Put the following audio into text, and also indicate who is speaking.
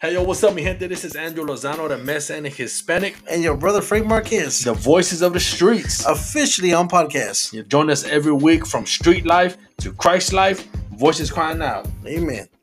Speaker 1: Hey, yo, what's up, mi gente? This is Andrew Lozano, the Messianic Hispanic, Uh,
Speaker 2: and your brother Frank Marquez,
Speaker 1: the voices of the streets.
Speaker 2: officially on podcast.
Speaker 1: You join us every week from street life to Christ life, voices crying out.
Speaker 2: Amen.